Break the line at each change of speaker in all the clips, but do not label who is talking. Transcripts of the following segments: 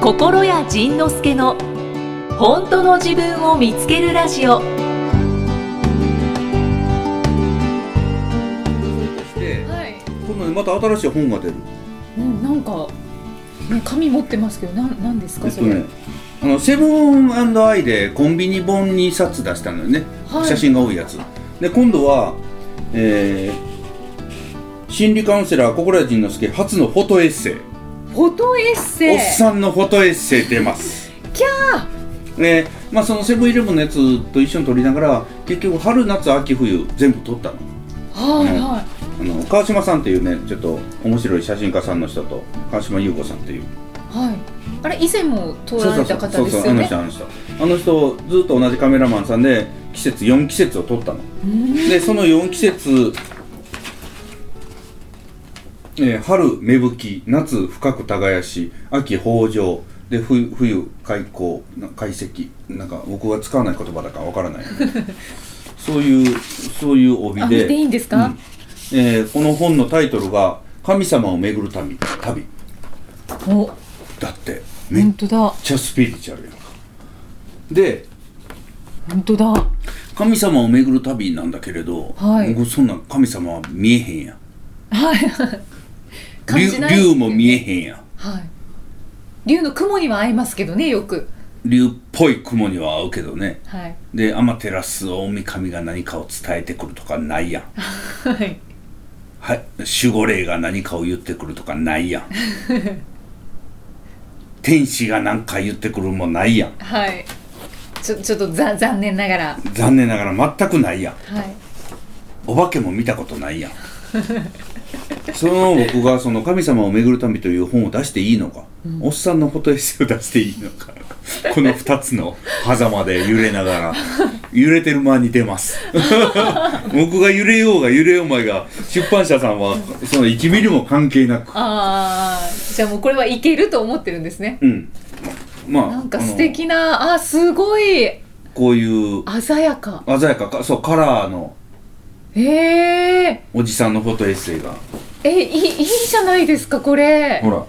心谷仁之助の本当の自分を見つけるラジオ
して、
はい。
今度ねまた新しい本が出る。
うん、なんか。ね、紙持ってますけど、なん、なんです
え
か、
っ
そ
と
れ。
ね、あのセブンアイでコンビニ本2冊出したのよね、
はい
写真が多いやつ。で今度は、えー心理カウンセラー心谷仁之助初のフォトエッセイ、
フォトエッセイ。
おっさんのフォトエッセイ出ます。
キャー。
でまあ、そのセブンイレブンのやつと一緒に撮りながら結局春夏秋冬全部撮ったの
はい、は
あの川島さんっていうねちょっと面白い写真家さんの人と川島優子さんっていう
い。はい。あれ、以前も通られた方です
あ
よ
の
ね
人。あの人あの人ずっと同じカメラマンさんで季節4季節を撮ったの
うん
でその4季節、えー春芽吹き夏深く耕し秋豊穣で冬冬開口な解析なんか僕が使わない言葉だからわか らないそういうそういう帯
あ、
で
見ていいんです
う
か
ん。えーこの本のタイトルが「神様を巡る旅」旅
お。
だってめっ
本当だ。
ちゃスピリチュアルやんかで
本当だ。
神様を巡る旅なんだけれど、
はい
僕そんなん神様は見えへんやん
感じない
竜竜も見えへんやん
はい。竜の雲には合いますけどね、よく。
竜っぽい雲には合うけどね
はい。
で天照大神が何かを伝えてくるとかないやん、
はい。
はい、守護霊が何かを言ってくるとかな いやん天使が何か言ってくるもないやん
はい。ちょ、ちょっと、ざ、残念ながら。
残念ながら全くないやん
はい。
お化けも見たことないやんその僕がその神様を巡る旅という本を出していいのか、おっさんのフォトエッセイを出していいのかこの2つの狭間で揺れながら揺れてる間に出ます 僕が揺れようが揺れようまいが出版社さんはその1ミリも関係なく
ああ、じゃあもうこれはいけると思ってるんですね。
うんまあ
なんか
あの
素敵な、あ、すごい
こういう
鮮やか。
鮮やかかそうカラーの
ええ
おじさんのフォトエッセイが
え、いい、いいじゃないですか、これ
ほ。ら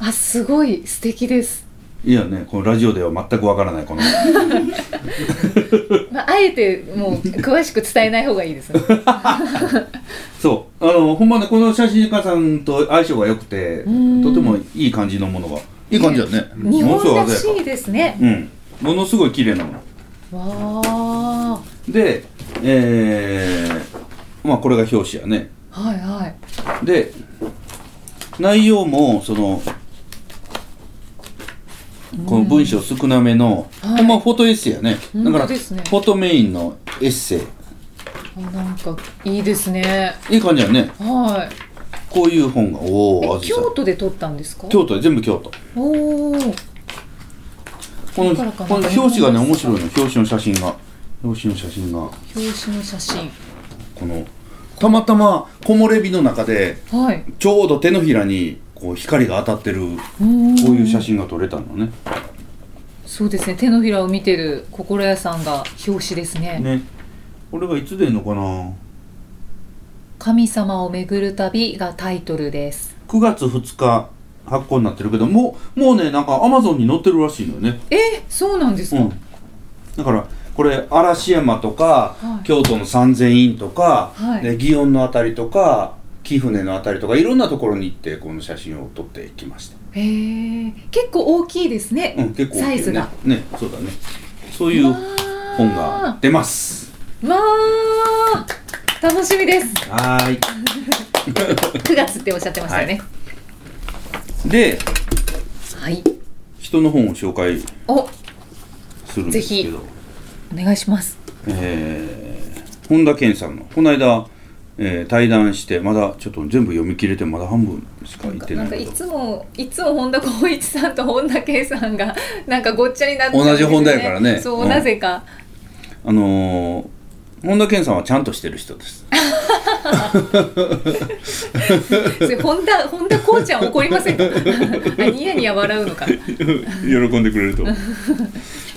あ、すごい素敵です。
いやねこのラジオでは全くわからないこの
まあ、あえて、もう詳しく伝えない方がいい ですね。
そうあのほんまねこの写真家さんと相性が良くて
ん
とてもいい感じのものがいい感じだね
日
ものす
本
ご
ら
い鮮
し
やか
いですね。
うんものすごい綺麗なもの
わあ。
でえー、まあこれが表紙やね
はいはい。
で内容もそのこの文章少なめの、
はい
ほんまフォトエッセイやねだか
本
ら
当ですね
フォトメインのエッセイ
あなんかいいですね。
いい感じやね
はい。
こういう本がおおあ
え、
ずさん
京都で撮ったんですか。
京都で全部京都
おお。
この
だからかな
この
日本
表紙
の
がね面白いの表紙の写真が表紙の写真が
表紙の写真。
このたまたま木漏れ日の中で
はい。
ちょうど手のひらにこう光が当たってる
うーん
こういう写真が撮れたのね
そうですね。手のひらを見てる心屋さんが表紙ですね。
ねこれがいつ出んのかな
神様を巡る旅がタイトルです。
9月2日発行になってるけどもうもうねなんかアマゾンに載ってるらしいのよね
え、そうなんです
う
か。
んだからこれ嵐山とか、
はい
京都の三千院とか、
はい
で祇園のあたりとか貴船のあたりとかいろんなところに行ってこの写真を撮ってきました
へえ、結構大きいですね。
うん、結構大きい、ね、
サイズが。
ねそうだねそういう本が出ます
わあ、楽しみ です。
はー
9月っておっしゃってましたよね。
いで
はい。
人の本を紹介
お、
するんですけど
ぜお願いします。
えー本田健さんのこの間、えー対談してまだちょっと全部読み切れてまだ半分しか
なん
言っ
か
て
な
ない
んか
け
い
ど
つもいつも本田光一さんと本田圭さんが なんかごっちゃになって
同じ本田やからね
そう、
うん
なぜか
あのー本田健さんはちゃんとしてる人です
それ本田本田こうちゃん怒りませんか あニヤニヤ笑うのか
喜んでくれると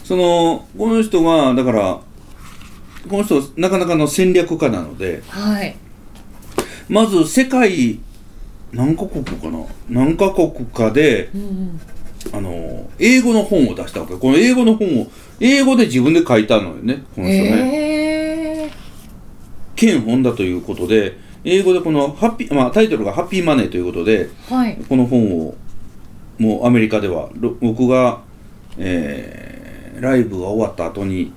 そのこの人はだからこの人なかなかの戦略家なので
はい
まず世界何カ国かな何カ国かで
うん
あの英語の本を出したわけこの英語の本を英語で自分で書いたのよねこの人ね、
ええ
兼本だということで英語でこのハッピー、まあ、タイトルが「ハッピーマネー」ということで
はい
この本をもうアメリカではろ僕が、えーライブが終わった後に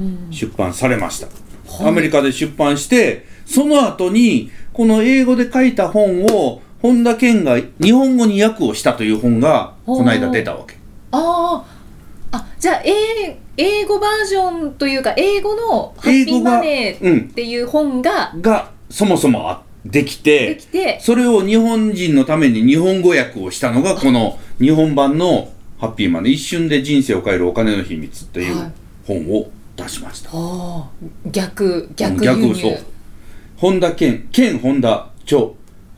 うん
出版されました、
はい
アメリカで出版してその後にこの英語で書いた本を本田健が日本語に訳をしたという本がこの間出たわけ
あああじゃあ英英語バージョンというか英語の「ハッ
英
ピー
語
マ
が
ネー」っ
うん
ていう本が
がそもそもあでき
で
て
きて
それを日本人のために日本語訳をしたのがこの日本版の「ハッピーマネー一瞬で人生を変えるお金の秘密」とい
はいう
本を出しました、
ああ逆逆輸
逆
入
そう本田健健本田著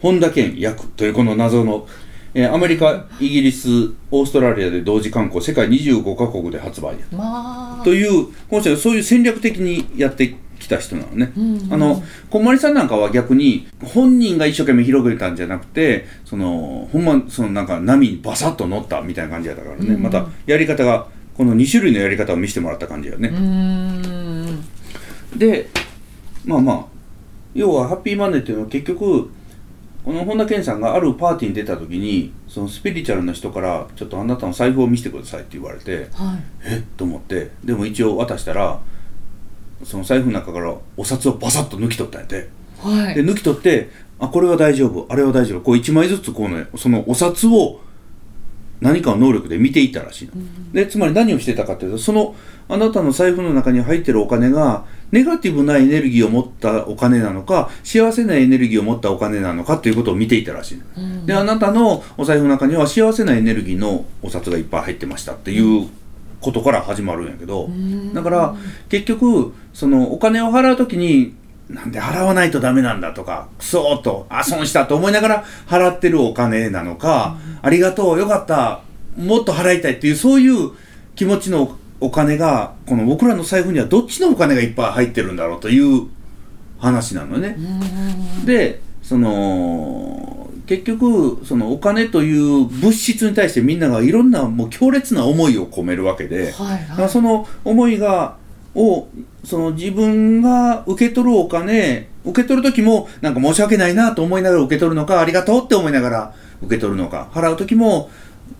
本田健役というこの謎の、えーアメリカイギリスオーストラリアで同時刊行世界25カ国で発売や
まあ
というこの人はそういう戦略的にやってきた人なのね、
うんうん
あのこんまりさんなんかは逆に本人が一生懸命広げたんじゃなくてそのほんまそのなんか波にバサッと乗ったみたいな感じやったからね、
うんうん
またやり方がこの2種類のやり方を見せてもらった感じやね、
うーん
でまあまあ要はハッピーマネーっていうのは結局この本田健さんがあるパーティーに出た時にそのスピリチュアルな人から「ちょっとあなたの財布を見せてください」って言われて
はい
「えっ?」と思ってでも一応渡したらその財布の中からお札をバサッと抜き取ったんやて
は
で
い
抜き取って「あこれは大丈夫あれは大丈夫」こう1枚ずつこうねそのお札を何かの能力で見ていったらしいの、でつまり何をしてたかというとそのあなたの財布の中に入ってるお金がネガティブなエネルギーを持ったお金なのか幸せなエネルギーを持ったお金なのかということを見ていたらしいの、
うん
であなたのお財布の中には幸せなエネルギーのお札がいっぱい入ってましたっていうことから始まるんやけど、
ん
だから結局そのお金を払う時になんで払わないとダメなんだとかクソーとあ損したと思いながら払ってるお金なのか、ありがとうよかったもっと払いたいっていうそういう気持ちのお金がこの僕らの財布にはどっちのお金がいっぱい入ってるんだろうという話なのね。
うん
でその結局そのお金という物質に対してみんながいろんなもう強烈な思いを込めるわけで、
はい
だから
は
その思いがをその自分が受け取るお金受け取る時もなんか申し訳ないなと思いながら受け取るのかありがとうって思いながら受け取るのか払う時も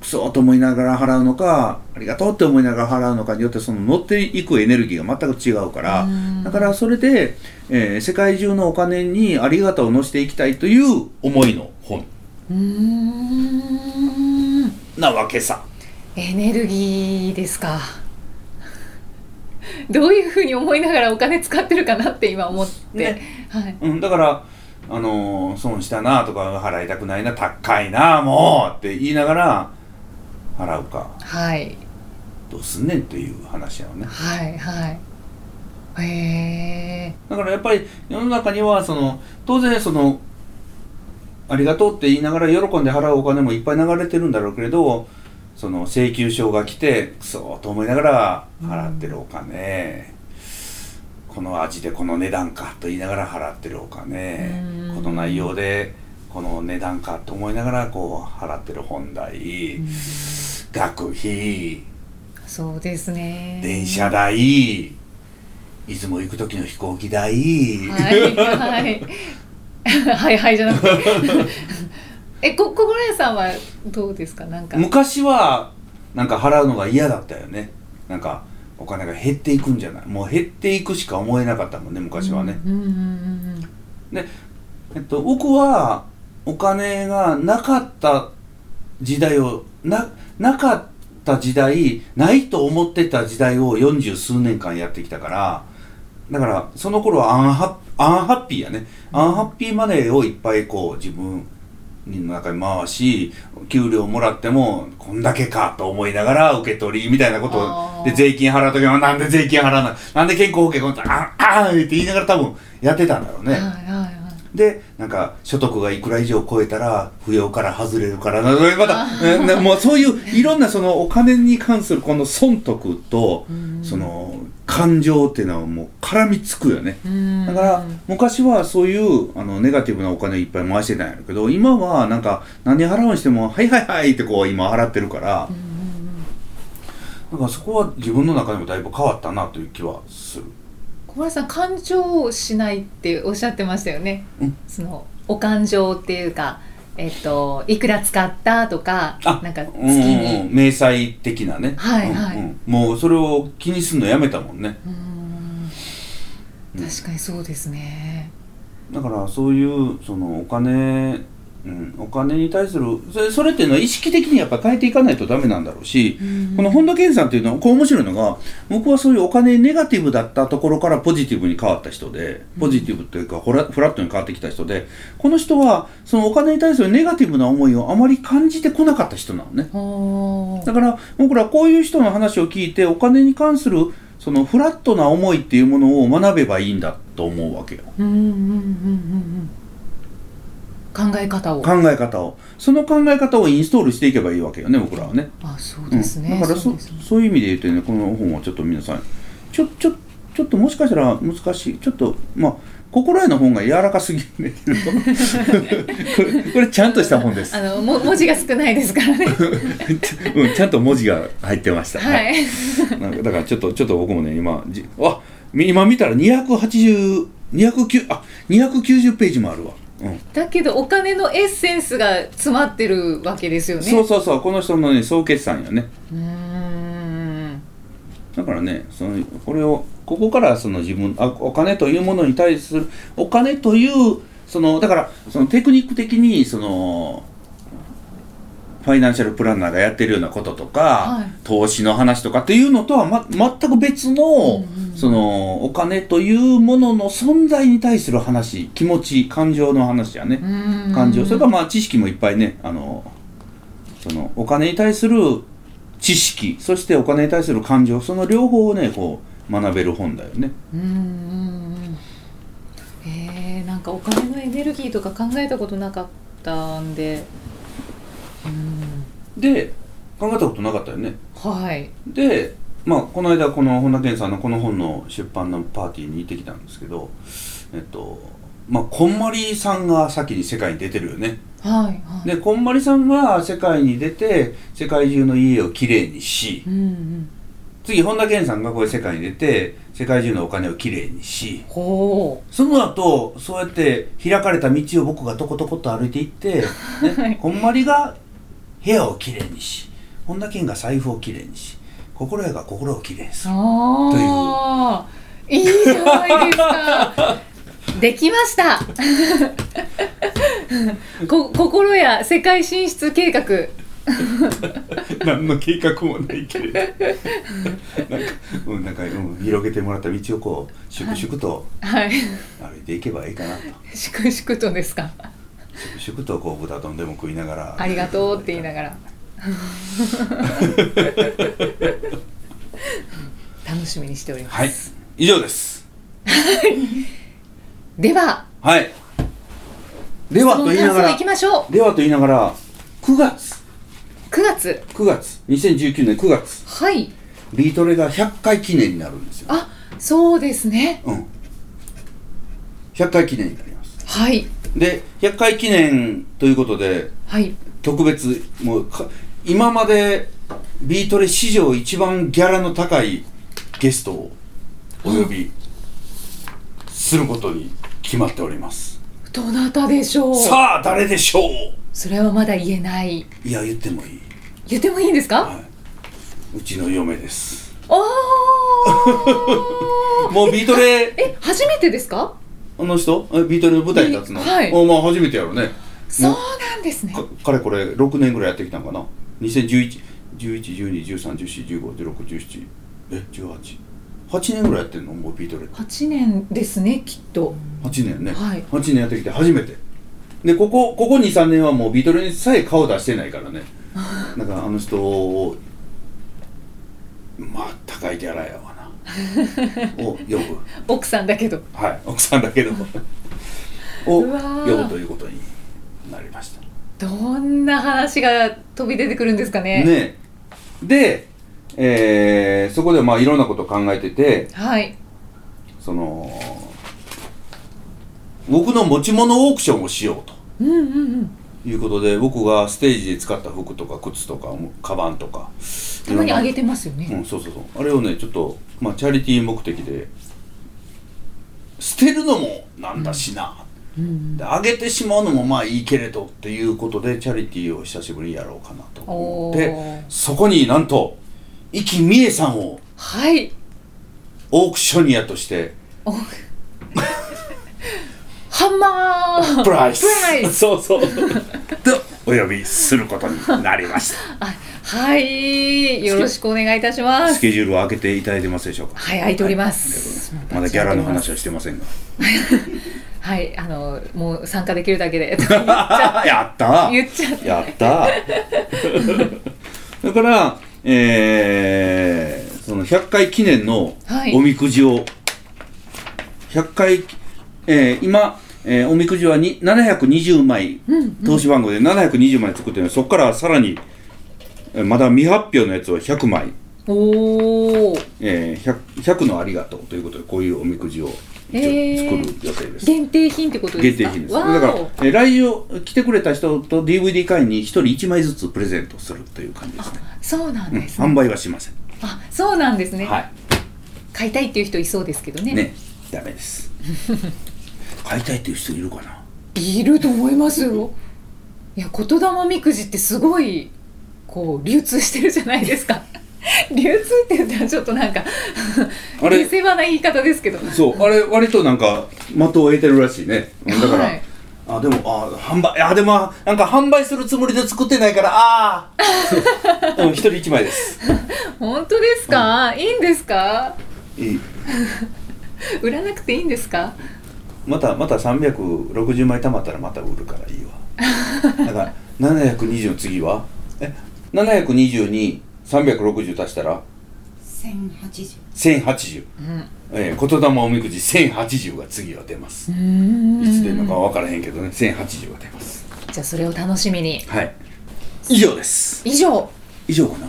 クソーと思いながら払うのかありがとうって思いながら払うのかによってその乗っていくエネルギーが全く違うから
うん
だからそれで、えー世界中のお金にありがとうを乗せていきたいという思いの本
いうーん
なわけさ。
エネルギーですか どういうふうに思いながらお金使ってるかなって今思って、はい
うん、だから、あのー損したなとか払いたくないな高いなもうって言いながら払うか
はい
どうすんねんという話なのね
はいはいへえ
だからやっぱり世の中にはその当然そのありがとうって言いながら喜んで払うお金もいっぱい流れてるんだろうけれどその請求書が来てクソーと思いながら払ってるお金、この味でこの値段かと言いながら払ってるお金、
うん
この内容でこの値段かと思いながらこう払ってる本代、学費
そうですね
電車代出雲行く時の飛行機代、
はいはいはいはいじゃな くてえこ心屋さんはどうですかなんか
昔はなんか払うのが嫌だったよねなんかお金が減っていくんじゃないもう減っていくしか思えなかったもんね昔はね、
うんうんうん
で、えっと、僕はお金がなかった時代をななかった時代ないと思ってた時代を40数年間やってきたからだからその頃はアンハッアンハッピーやねアンハッピーマネーをいっぱいこう自分の中に回し給料もらってもこんだけかと思いながら受け取りみたいなこと
あ
を
ー
で税金払う時もなんで税金払わないなんで健康保険こんなああーって言いながら多分やってたんだろう
うん
ね。
はいはいはい
でなんか所得がいくら以上超えたら扶養から外れるからなまたえなもうそういういろんなそのお金に関するこの損得と
うん
その感情っていうのはもう絡みつくよね。
うん
だから昔はそういうあのネガティブなお金をいっぱい回してたんやけど今はなんか何払うにしても「はいはいはい」ってこう今払ってるから
うん
だからそこは自分の中でもだいぶ変わったなという気はする
小林さん感情をしないっておっしゃってましたよね、
うん
そのお感情っていうか、えっといくら使ったとか
あ
なんか月
うんうんう
に
ん明細的なね
はいはい
うんうんもうそれを気にするのやめたもんね
うーん
うん
確かにそうですね、
だからそういうそのお金、うん、お金に対するそれそれっていうのは意識的にやっぱ変えていかないとダメなんだろうし、
うん
この本田健さんっていうのはこう面白いのが僕はそういうお金ネガティブだったところからポジティブに変わった人でポジティブというかフラフラットに変わってきた人でこの人はそのお金に対するネガティブな思いをあまり感じてこなかった人なのね。
ほー
だから僕らこういう人の話を聞いてお金に関するそのフラットな思いっていうものを学べばいいんだと思うわけよ
うんうんうんうんうん考え方を
考え方をその考え方をインストールしていけばいいわけよね僕らはね
あそうですね、
うんだから
そ
そうう
ですね
そういう意味で言うとねこの本はちょっと皆さんちょちょちょっともしかしたら難しいちょっとまあ心得の本が柔らかすぎるんだけどこ れこれちゃんとした本です
あのも 文字が少ないです からね
ち,、うん、ちゃんと文字が入ってました、
はい
なんかだからちょっとちょっと僕もね今じあみ今見たら280290あ290ページもあるわ、うん
だけどお金のエッセンスが詰まってるわけですよね
そうそうそうこの人のね総決算やね
うーん
だからねそのこれをここからその自分あお金というものに対するお金というそのだからそのテクニック的にそのファイナンシャルプランナーがやってるようなこととか、
はい
投資の話とかっていうのとは、ま、全く別の、
うんうん
そのお金というものの存在に対する話気持ち感情の話やね。
うーん
感情それからまあ知識もいっぱいねあのそのお金に対する知識そしてお金に対する感情その両方をねこう学べる本だよね
うーんえー、なんかお金のエネルギーとか考えたことなかったんでうーん
で考えたことなかったよね
はい
でまあこの間この本田健さんのこの本の出版のパーティーに行ってきたんですけどえっとまあこんまりさんが先に世界に出てるよね
はいはい
でこんまりさんが世界に出て世界中の家をきれいにし
うんうん
次本田健さんがこういう世界に出て世界中のお金をきれいにし
ほ
その後そうやって開かれた道を僕がとことこと歩いていって、
はい
ね、こんまりが部屋をきれいにし本田健が財布をきれいにし心得が心をきれいに
う
する
ああいいじゃないですかできましたこ心や世界進出計画
何の計画もないけ れどなんか,、うんなんかうん、広げてもらった道をこう粛々と
はい
歩いていけばいいかなと
粛々とですか
粛々とこう豚丼でも食いながら
ありがとうって言いな がら楽しみにしております、
はい以上です
では
はい。では
そ
と
の
言いな
感
が
想い
ら
き、ましょ
ではと言いながら、9月、
う9月
9月、2019年9月、
はい
リートレが100回記念になるんですよ。
あそうですね
うん。100回記念になります。
はい
で、100回記念ということで、
はい
特別、もうか、今までビートレ史上一番ギャラの高いゲストをお呼びすることに決まっております。
どなたでしょう
さあ、誰でしょ
それはまだ言えないう
いや、言ってもいい。
言ってもいいんですか
はい、うちの嫁です
おー
もうビートレ
え初めてですか
あの人えビートレの舞台に立つの、
はい
おまあ初めてやろうね
そうなんですね
かかれこれ6年ぐらいやってきたんかな201111121314151617え18 8年ぐらいやってんのもうビートレ
8年ですねきっと
8年ね、
はい
8年やってきて初めてでここここ23年はもうビートルにさえ顔出してな いからねだからあの人をまあ高いギャラやわな を呼ぶ
奥さんだけど
はい奥さんだけどを呼
うわー
ぶということになりました
どんな話が飛び出てくるんですかね
ねで、えーそこでまあいろんなことを考えてて
はい
その僕の持ち物オークションをしようと
うんうんうん
いうことで僕がステージで使った服とか靴とかカバンとか
たまにあげ
て
てますよね、
うんそうそうそうあれをねちょっとまあチャリティー目的で捨てるのもなんだしな、
うん
であげてしまうのもまあいいけれどっていうことでチャリティーを久しぶりにやろうかなと思って
おー
そこになんと壱岐美恵さんを
はい
オークショニアとして
お ハンマー
プライス
プライス
そうそうとお呼びすることになりました
あはいよろしくお願いいたしま
ス
す
ケジュールを開けていただいてますでしょうか
はい開いております、
はいまだギャラの話
は
はしてませんが
はいあのもう参加できるだけで
やった
言っちゃった
やった だからえーその100回記念の
はい
おみくじを、100回、えー今、えーおみくじはに720枚、投資番号で720枚作ってるのでそこからさらにえーまだ未発表のやつを100枚、
おお
えー 100, 100のありがとうということでこういうおみくじを一応作る予定です、
限定品ってことです
限定
か
品です。だ
わ
から、
ーお
えー来場来てくれた人と DVD 会員に1人1枚ずつプレゼントするという感じですね。
そうなん
うん、
ですね、
販売はしません。
あそうなんですね、
は
買いたいっていう人いそうですけど
い。
ね
ね、ダメ です。買いたいっていう人いるかな。
いると思いますよいや言霊みくじってすごいこう流通してるじゃないですか 流通って言ったらちょっとなんか
あれ
下世話な言い方ですけど
そう、あれ割となんか的を得てるらしいね。うんだから。
はい
あでもあ販売あでもあなんか販売するつもりで作ってないからあ あうん一人一枚です
本当ですか、いいんですか
いい
売らなくていいんですか
またまた360枚貯まったらまた売るからいいわ だから720の次はえ720に360足したら
千八十。
1080、
ん
えー言霊おみくじ1080が次は出ます、いつ出るのかは分からへんけどね1080が出ます
じゃあそれを楽しみに
はい以上です
以上
以上かな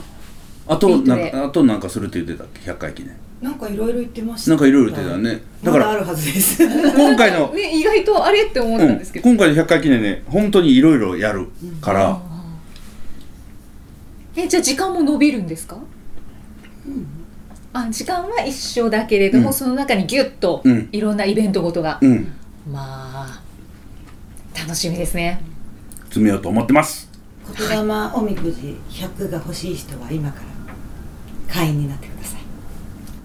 あ
ビ
と
ート
な
で
んかあとなんかするって言ってたっけ100回記念
なんかいろいろ言ってました。
なんかいろいろ言ってたねだ
ま
か
だあ
ら
るはず です。
今回の
ね意外とあれって思ったんですけど、
うん、今回の100回記念ね本当にいろいろやるから、
えじゃあ時間も伸びるんですか、あ時間は一緒だけれども、
うん
その中にギュッと
うん
いろんなイベントごとが、
うん
まあ楽しみですね
詰めようと思ってます
言霊おみくじ100が欲しい人は今から会員になってください。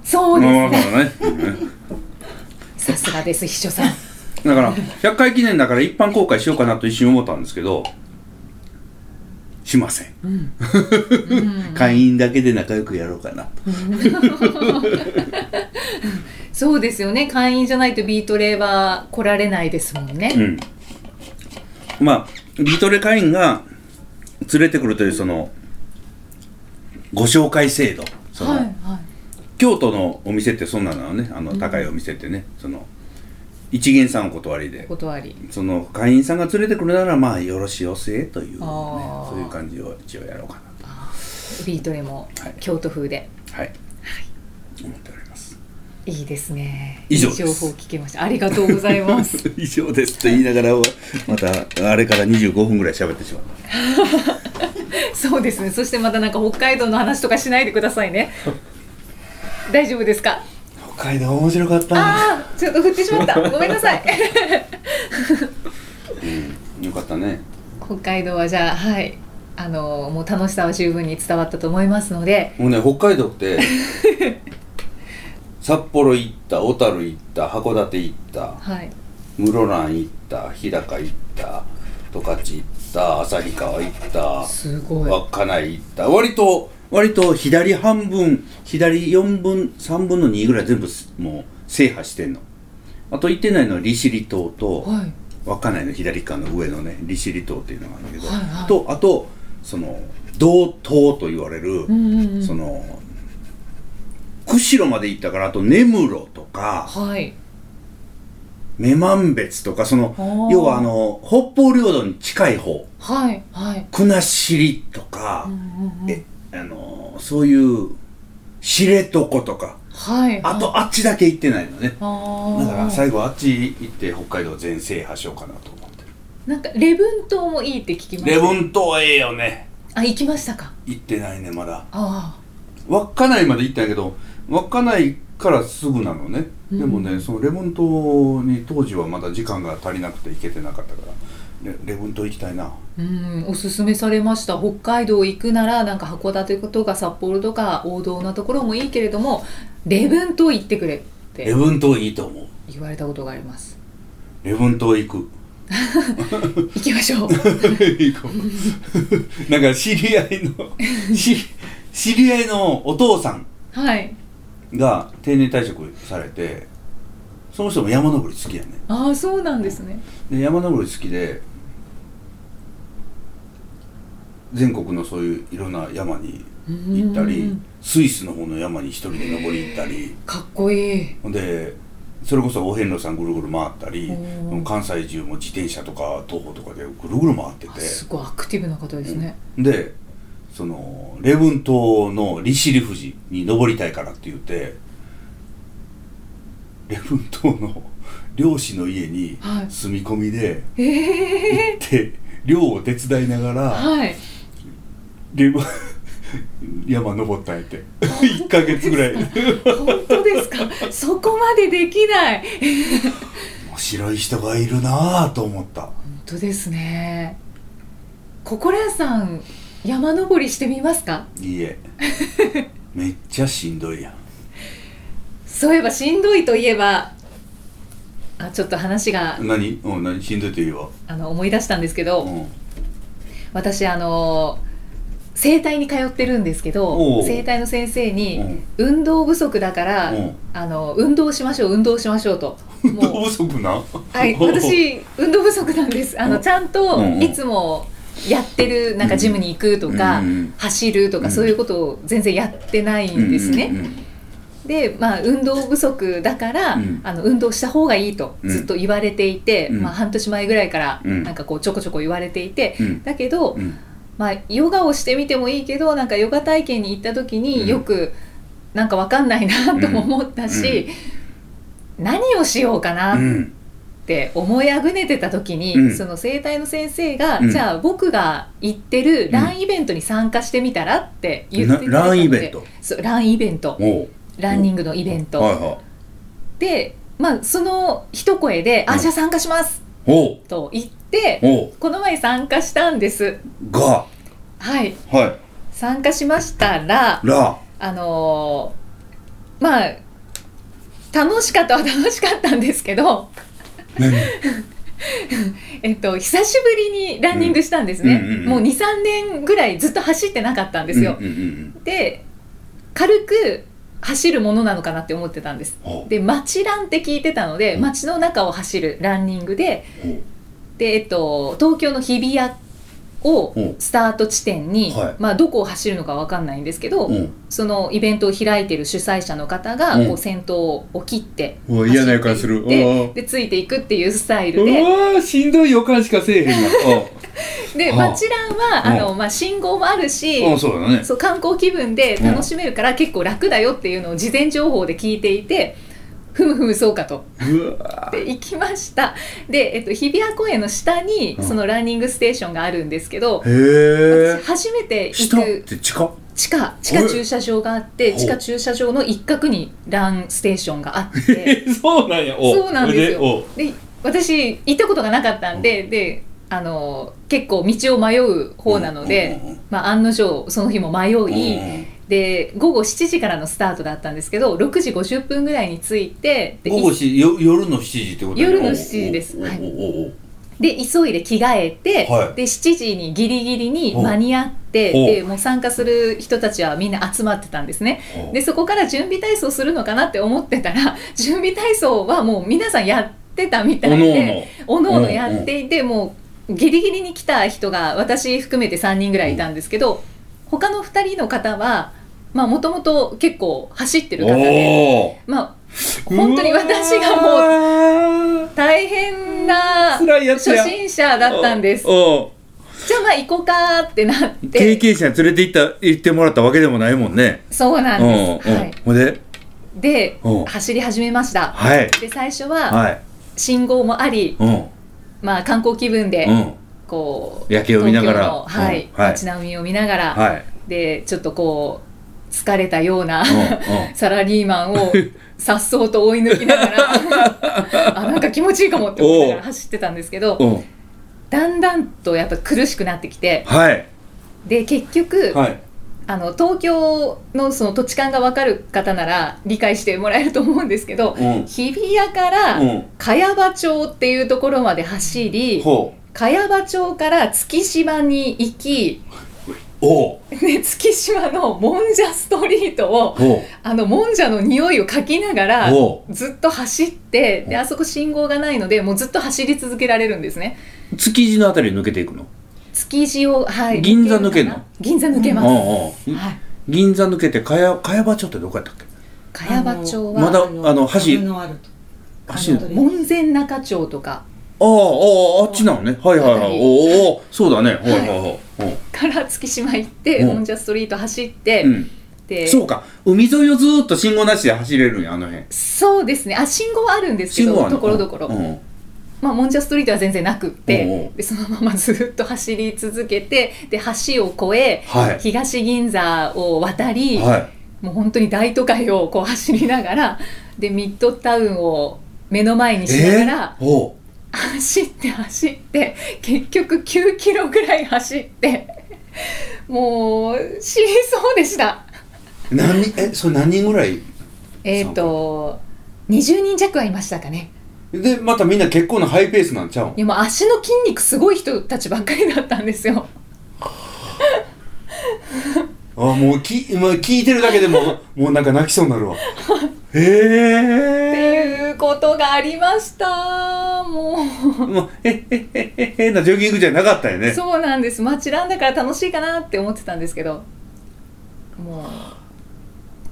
そうです
まあまあ
ね
まあねうん
さすがです秘書さん
だから100回記念だから一般公開しようかなと一瞬思ったんですけどしません、 会員だけで仲良くやろうかなと
そうですよね会員じゃないとビートレは来られないですもんね、
うんまあビトレ会員が連れてくるというそのご紹介制度その、
はいは
京都のお店ってそんなのねあの高いお店ってね、その一元さんお断り
い
で
お断り
その会員さんが連れてくるならまあよろしおせという、ね
あー、
そういう感じを一応やろうかなと
ビートレも
はい
京都風で、
はい、思っております。
いいですね。
以上です
いい情報を聞けました。ありがとうございます。
以上ですと言いながらまたあれから25分ぐらい喋ってしまった
そうですね。そしてまたなんか北海道の話とかしないでください ね。大丈夫ですか。
北海道面白かった、
ああ、ちょっと振ってしまった。ごめんなさ い。
うん、よかったね
北海道はじゃあはい。あのもう楽しさは十分に伝わったと思いますので、
もうね北海道って 札幌行った小樽行った函館行った
はい。
室蘭行った日高行った十勝行った旭川行った
すごい。
稚内行った割と割と左半分左4分3分の2ぐらい全部すもう制覇してんのあと行ってないのは利尻島と、
はい。
稚内の左側の上のね利尻島っていうのがあるんだけど、
はいはい
とあとその道東と言われる、
うんうんうん。
その釧路まで行ったからあと根室とか
はい。
女満別とかその
あー
要はあの北方領土に近い方
はいはい。
国後とか
う、んうんうん
えあのそういう知床とか
はい。
あとあっちだけ行ってないのね
ああ。
だから最後あっち行って北海道全制覇しようかなと思ってる
なんかレブン島もいいって聞きました
礼文島ええよね
あ行きましたか
行ってないねまだ
あ
稚内まで行ったんやけど稚内からすぐなのね、
うん
でもねそのレモン島に当時はまだ時間が足りなくて行けてなかったから、ね、レモン島行きたいな
あうんおすすめされました北海道行くならなんか函館とか札幌とか王道なところもいいけれどもレブン島行ってくれって
レモン島いいと思う
言われたことがあります
レモン島行く
行きまし ょう
行こうなんか知り合い のし知り合いのお父さん
はい
が定年退職されてその人も山登り好きやね
ああそうなんですね
で山登り好きで全国のそういういろんな山に行った
う
り
ん
スイスの方の山に一人で登り行ったり
かっこいい
ほんでそれこそお遍路さんぐるぐる回ったり
おー
関西中も自転車とか徒歩とかでぐるぐる回って
あすごいアクティブな方ですね、
てでその礼文島の利尻富士に登りたいからって言って礼文島の 漁師の家に
はい
住み込みで
ええ
で漁を手伝いながら、
はい
でま 山登ったんやって 1ヶ月ぐらい
本当ですか そこまでできない
面白い人がいるなぁと思った
本当ですね心屋さん山登りしてみますか
い いえめっちゃしんどいやん
そういえばしんどいといえばあちょっと話が
何うん何しんどいと言えば
あの思い出したんですけど、
うん
私あの整体に通ってるんですけど
おう
整体の先生に、
うん
運動不足だから、
うん
あの運動しましょう運動しましょうと
運 動
う
不足な
はい私運動不足なんですあ
う
の
ん
ちゃんと
うんうん
いつもやってるなんかジムに行くとか、
うんうん
走るとか、
うん
そういうことを全然やってないんですね、
うんうん
で、まあ、運動不足だから、
うん
あの運動した方がいいと
うん
ずっと言われていて、
うん
まあ、半年前ぐらいから
うん
なんかこうちょこちょこ言われていて、
うん
だけど、
うんうん
まあ、ヨガをしてみてもいいけどなんかヨガ体験に行った時
うん
によく、なんかわかんないなとも思ったし、何をしようかな
う
っ
ん
て思いあぐねてた時に、
うん
その整体の先生が、
うん
じゃあ僕が行ってる LAN イベントに参加してみたらって言ってくれた
ラ
の
ン
で、
イベント
そう LAN イベント
おう
ランニングのイベン
はい
ト
はい
で、まあ、その一声で「
う
あ
ん
じゃあ参加します
おう」
と言って
おう
この前参加したんです。
が
はい
は
参加しましたら
いラ
あのーまあ楽しかったは楽しかったんですけど、
何
えっと、久しぶりにランニングしたんですね、
うんうんうんうん
もう23年ぐらいずっと走ってなかったんですよ、
うんうんうん
で軽く走るものなのかなって思ってたんです
おう
で街ランって聞いてたので
うん
街の中を走るランニングでで、えっと、東京の日比谷を
うん
スタート地点に、
はい
まあ、どこを走るのかわかんないんですけど、
おう
そのイベントを開いてる主催者の方が
うん
こう先頭を切って
おう嫌な予感する
走っていっ
おう
てでついていくっていうスタイ
お
ル
う
で
わーしんどい予感しかせえ へんなおう
で
あ
街ランはあ
うん
の、まあ、信号もあるし
うん、そうだね。
そう観光気分で楽しめるから結構楽だよっていうのを事前情報で聞いていて。ふむふむそうかと
うわ
で行きましたで、えっと、日比谷公園の下に
うん
そのランニングステーションがあるんですけど、
へえ
私。初めて行
下っ
く
て地下。
地下地下駐車場があって
ほう
地下駐車場の一角にランステーションがあって
え、そうなんや。お
そうなんですよ
お
で私行ったことがなかったんで、であの結構道を迷う方なので、
うんうんうん
まあ、案の定その日も迷い、
うん
で午後7時からのスタートだったんですけど6時50分ぐらいに着いてで
午後
い
しよ夜の7時ってことやね
夜の7時です
おお
はい
お
で急いで着替えて、
はい
で7時にギリギリに間に合って
ほう
でもう参加する人たちはみんな集まってたんですね。
おお
でそこから準備体操するのかなって思ってたら 準備体操はもう皆さんやってたみたいで。
おの
お
おの
のおのやっていて、もうギリギリに来た人が私含めて3人ぐらいいたんですけど、他の2人の方はもともと結構走ってる方で、
おお
まあ、本当に私がもう
もう
大変な
辛いやつ
初
や
心者だったんです
おお
じゃあまあ行こうかってなっ
経
て
験者に連れて行った行ってもらったわけでもないもんね
そうなんです、
うんうん
はい、
ほんで
で
うん
走り始めました
はい
で最初は
はい
信号もあり
うん
まあ、観光気分で、
うん
こう
夜景を見ながら
東京のはい
うんはい
街並みを見ながら、
はい
でちょっとこう疲れたような、
うんうん
サラリーマンをさっそうと追い抜きなが らあなんか気持ちいいかもって思いながら走ってたんですけど
うん
だんだんとやっぱ苦しくなってきて
はい
で結局、
はい
あの東京のその土地勘が分かる方なら理解してもらえると思うんですけど、
うん
日比谷から
うん
茅場町っていうところまで走り
ほう
茅場町から月島に行き
おう
で月島のもんじゃストリートを
ほ
あのもんじゃの匂いをかきながら
お
ずっと走ってで
お
あそこ信号がないのでもうずっと走り続けられるんですね
う築地のあたりを抜けていくの
築地を、はい、
銀座抜けんの
かな銀座抜け
う
ます、
んうん
はい、
銀座抜けて茅茅場町ってどこやったっけ
茅場町は
まだあの
カ
橋
ブのあると
走る
あの
門前仲町とか
あああああっちなのねはいはいはいおおそうだねはいはいはい
から月島行って
うん
もんじゃストリート走って、
うんうん
で
そうか海沿いをずーっと信号なしで走れるんやあの辺
そうですねあ信号はあるんですけ
信号あ
ど
んの
ところどころ、
うん
まあ、もんじゃストリートは全然なくって
おうおう
でそのままずっと走り続けてで橋を越え
はい
東銀座を渡り、
はい
もう本当に大都会をこう走りながらでミッドタウンを目の前にしながら、
えーおう
走って走って結局9キロぐらい走ってもう死にそうでした
何えそれ何人ぐらい
えっ、と20人弱はいましたかね
でまたみんな結構なハイペースなんちゃうん
いやもう足の筋肉すごい人たちばっかりだったんですよ
あもうきもう聞いてるだけで ももうなんか泣きそうになるわへ
っ
え
ていうことがありましたもう
もうへっへっへっへっへなジョギングじゃなかったよね
そうなんです街ランだから楽しいかなって思ってたんですけどもう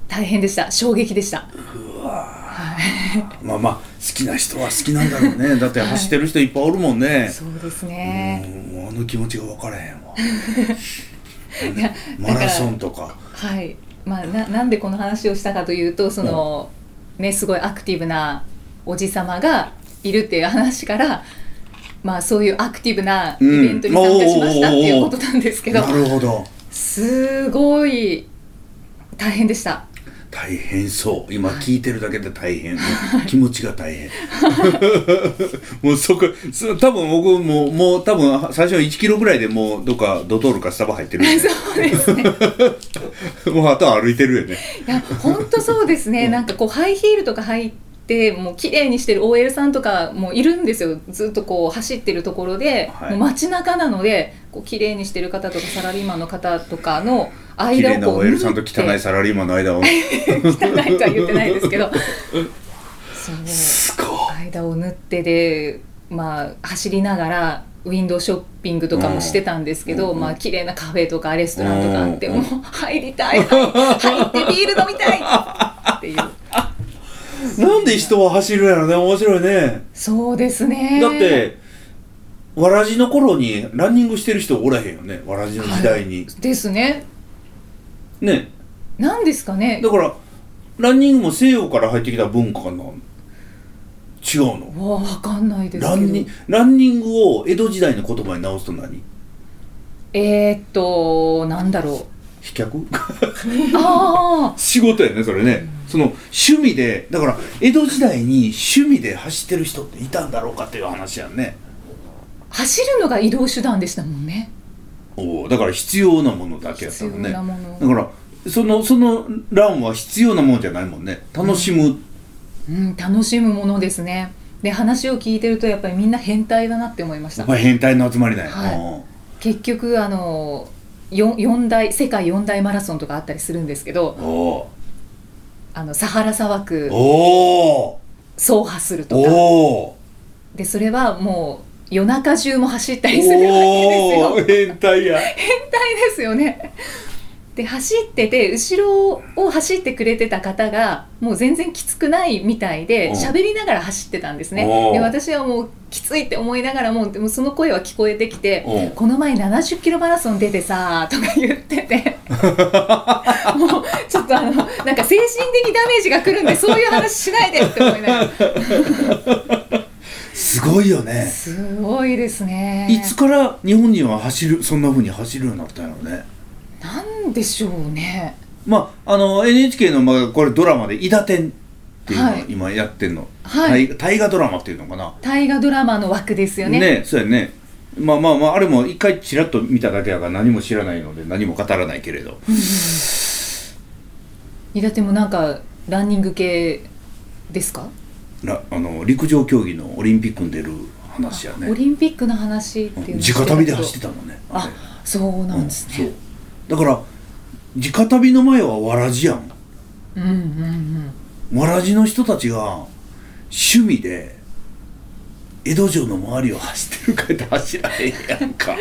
大変でした衝撃でした
まあまあ好きな人は好きなんだろ うねだって走ってる人いっぱいおるもんね、
そうです
う
ね
んもうあの気持ちが分からへんわ
いや
マ
だから
ラソンとか
はいまあななんでこの話をしたかというとその、ねすごいアクティブなおじさまがいるっていう話からまあそういうアクティブなイベントに参加しましたっていうことなんですけど、
なるほど
すごい大変でした
大変そう今聞いてるだけで 大変、気持ちが大変 もうそこそ多分僕もうもう多分最初1キロぐらいでもうどっかドトールかスタバ入ってるよ ね、
そうですね
もうあとは歩いてるよね
いや本当そうですね、なんかこうハイヒールとか履いてもう綺麗にしてる OL さんとかもいるんですよずっとこう走ってるところで、
はい
もう街中なのでこう綺麗にしてる方とかサラリーマンの方とかの
綺
間を
麗
こう
な OL さんと
縫って
汚いサラリーマンの間を
汚いとは言ってないです けどそう
すごい
間を縫ってでまあ走りながらウィンドウショッピングとかもしてたんですけど、
うん
まあ綺麗なカフェとかレストランとかあって、
うん
もう入りたい入ってビール飲みたいっていう。
なんで人は走るやろね面白いね
そうですね。
だってわらじの頃にランニングしてる人おらへんよねわらじの時代に、
ですね。
ね
なんですかね。
だからランニングも西洋から入ってきた文化なの違うの
わあわかんないですけど。
ランニランニングを江戸時代の言葉に直すと何
えー、っとなんだろ
飛脚
う。ああ
仕事やねそれねその趣味でだから江戸時代に趣味で走ってる人っていたんだろうかっていう話やんね
走るのが移動手段でしたもんね。
おおだから必要なものだけやっ
必
た
要
もんね
なも
だ
の。
からそのそのランは必要なもんじゃないもんね楽しむ、
うん楽しむものですね。で話を聞いてるとやっぱりみんな変態だなって思いまし
や
た
っ。ぱり変態の集まりなんや、
はい
うん
結局あの。四四大世界四大マラソンとかあったりするんですけど
お
あのサハラ砂漠
ーお
走破する
ー
とか
おー
でそれはもう夜中中も走ったりするわけですよ
おー変態や
変態ですよねで走ってて後ろを走ってくれてた方がもう全然きつくないみたいで
うん
喋りながら走ってたんです
お
ね
ー
で私はもうきついって思いながらもでもその声は聞こえてきて
うん
「この前70キロマラソン出てさ」とか言って てもうちょっとあのなんか精神的ダメージが来るんでそういう話しないでって思いながら
すごいよね
すごいですね
いつから日本人は走るそんな風に走るようになったんやろうね
なんでしょうね
まああの NHK の、まあ、これドラマで「伊田天」っていうの
は
を
い
今やってんの、
はい
大大河ドラマっていうのかな
大河ドラマの枠ですよね
そうやねまあまあまああれも一回ちらっと見ただけやから何も知らないので何も語らないけれど
伊達もなんかランニング系ですか、
らあの陸上競技のオリンピックに出る話やね
オリンピックの話っていうのを聞いた
直
こと
旅で走ってたのね
あ
れ
そうなんですね、
うんそうだから直旅の前はわらじやん
うん、うんうん
わらじの人たちが趣味で江戸城の周りを走ってるかって走らへんやん か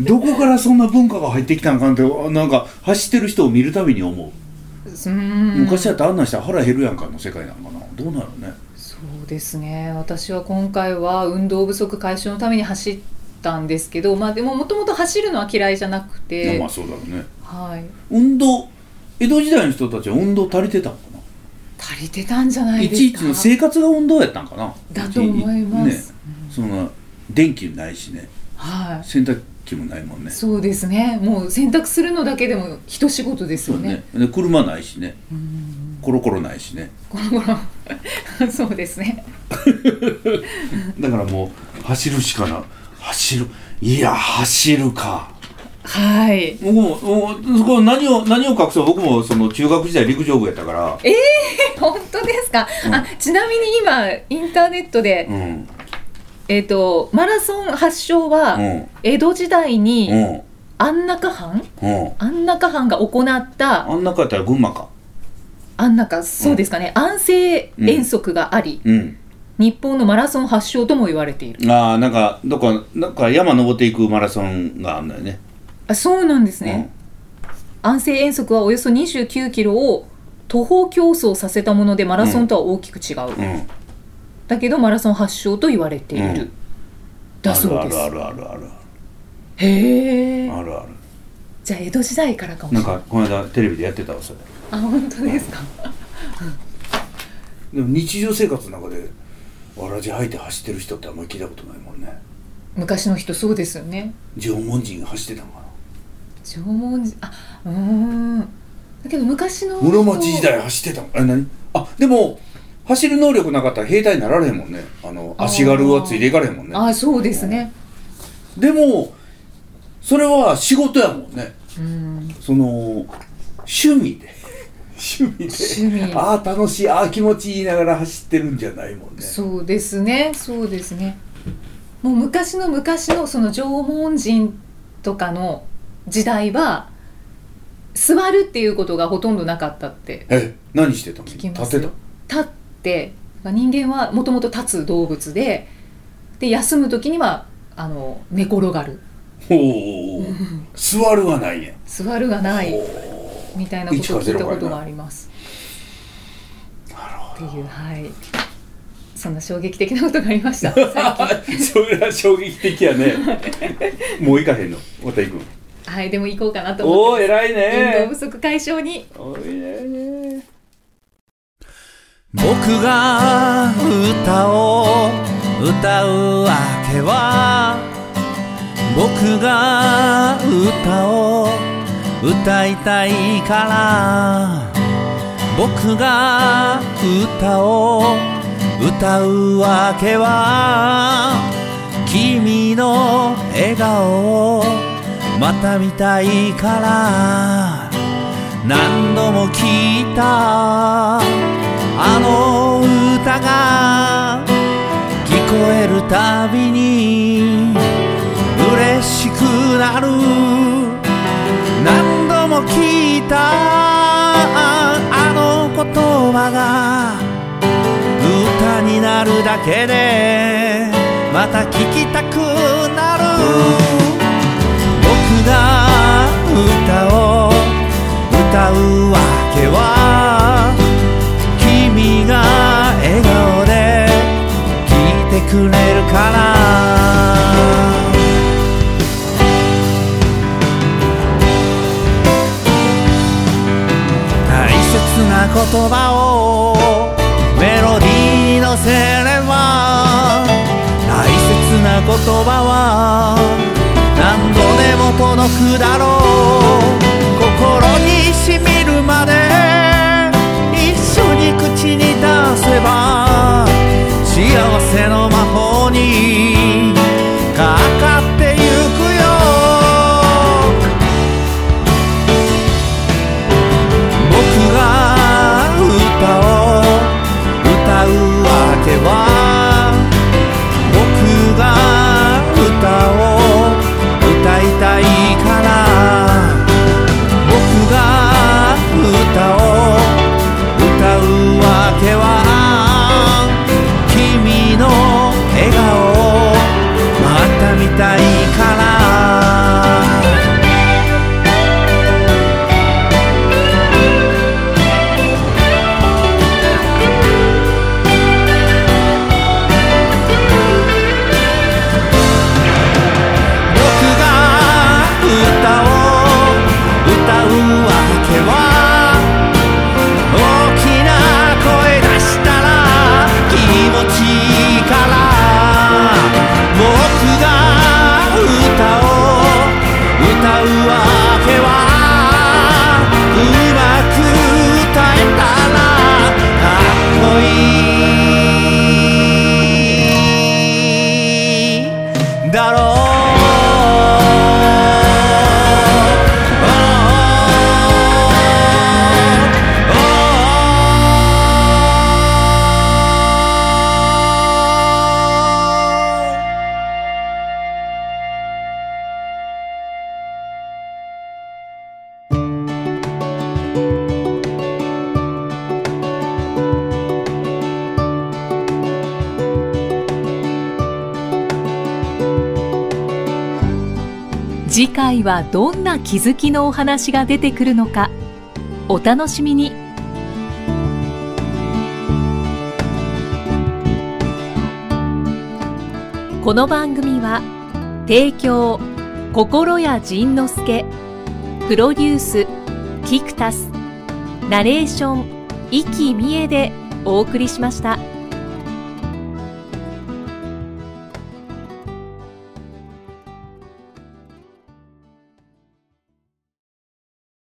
どこからそんな文化が入ってきたんかなってなんか走ってる人を見るたびに思
う
う、
ん
昔だってあんなんしたら腹減るやんかの世界なんかなどうなるね
そうですね私は今回は運動不足解消のために走ったんですけどまあでももともと走るのは嫌いじゃなくて、
まあそうだろうね
はい
運動江戸時代の人たちは運動足りてたんかな
足りてたんじゃない
い
で
ちい
す
ち
か
の生活が運動やったんかな
だと思います
ね、そんな電気ないしね
はい
洗濯機もないもんね
そうですねもう洗濯するのだけでも一仕事ですよね
そうねで車ないしね
うん
コロコロないしね
ゴロゴロ そうですね
だからもう走るしかない走るいや走るか
はい
僕ももうそこは何を何を隠そう僕もその中学時代陸上部やったから
本当ですか、
うん
あちなみに今インターネットで、
うん
えっ、とマラソン発祥
う
は
ん
江戸時代
う
に
ん
安中藩
うん
安中藩が行った
あんなかやったら群馬か
安中そうですかね、安政遠足があり、
うん
日本のマラソン発祥とも言われている
ああなんかどっかなんか山登っていくマラソンがあんのよね
あそうなんですね、安政遠足はおよそ29キロを徒歩競争させたものでマラソンとは大きく違う、
うんうん
だけどマラソン発祥と言われている、
うん
だそう
あ
です
るあるあるある
へえ
あるある
じゃあ江戸時代からかもし
な
れ
ん
ない
かこの間テレビでやってたわそれ
あ本当ですか
でも日常生活の中でわらじ履いて走ってる人ってあんまり聞いたことないもんね
昔の人そうですよね
縄文人が走ってたんかな
縄文人あうーんだけど昔の人
室町時代走ってたんあ何あでも走る能力なかったら兵隊になられへんもんねあの
あー
足軽はついていかれへんもんね
あそうですね
でもそれは仕事やもんね
うん
その趣味で趣味で
趣味
ああ楽しいああ気持ちいいながら走ってるんじゃないもんね
そうですねそうですねもう昔の昔のその縄文人とかの時代は座るっていうことがほとんどなかったって
え何してたの
聞きま
立
す
て
よ
た
立って人間はもともと立つ動物でで休む時にはあの寝転がる
ほう座るはないやん
座るがないみたいなことを聞いたことがあります。っていうはいそんな衝撃的なことがありま した。
それは衝撃的やねもう行かへんのまた行くん
はいでも行こうかなと思って
おお偉い
運動
ね
不足解消に
おー偉いね
僕が歌を歌うわけは僕が歌を歌いたいから僕が歌を歌うわけは君の笑顔をまた見たいから何度も聞いたあの歌が聞こえるたびに嬉しくなる何度も聞いたあの言葉が歌になるだけでまた聞きたくなる僕が歌を歌うわけは君が笑顔で聞いてくれるから大切な言葉をメロディーに乗せれば
のくだろう心にしみるまで一緒に口に出せば幸せの魔法にかかってゆくよ僕が歌を歌うわけは僕が歌を歌いたいから僕が歌を歌うわけは君の笑顔をまた見たいから僕が歌を歌うわけは大きな声出したら気持ちいいから僕が歌を歌うわけはうまく歌えたらかっこいいだろう
次回はどんな気づきのお話が出てくるのかお楽しみにこの番組は提供心谷仁之助プロデュースキクタスナレーション生きみえでお送りしました。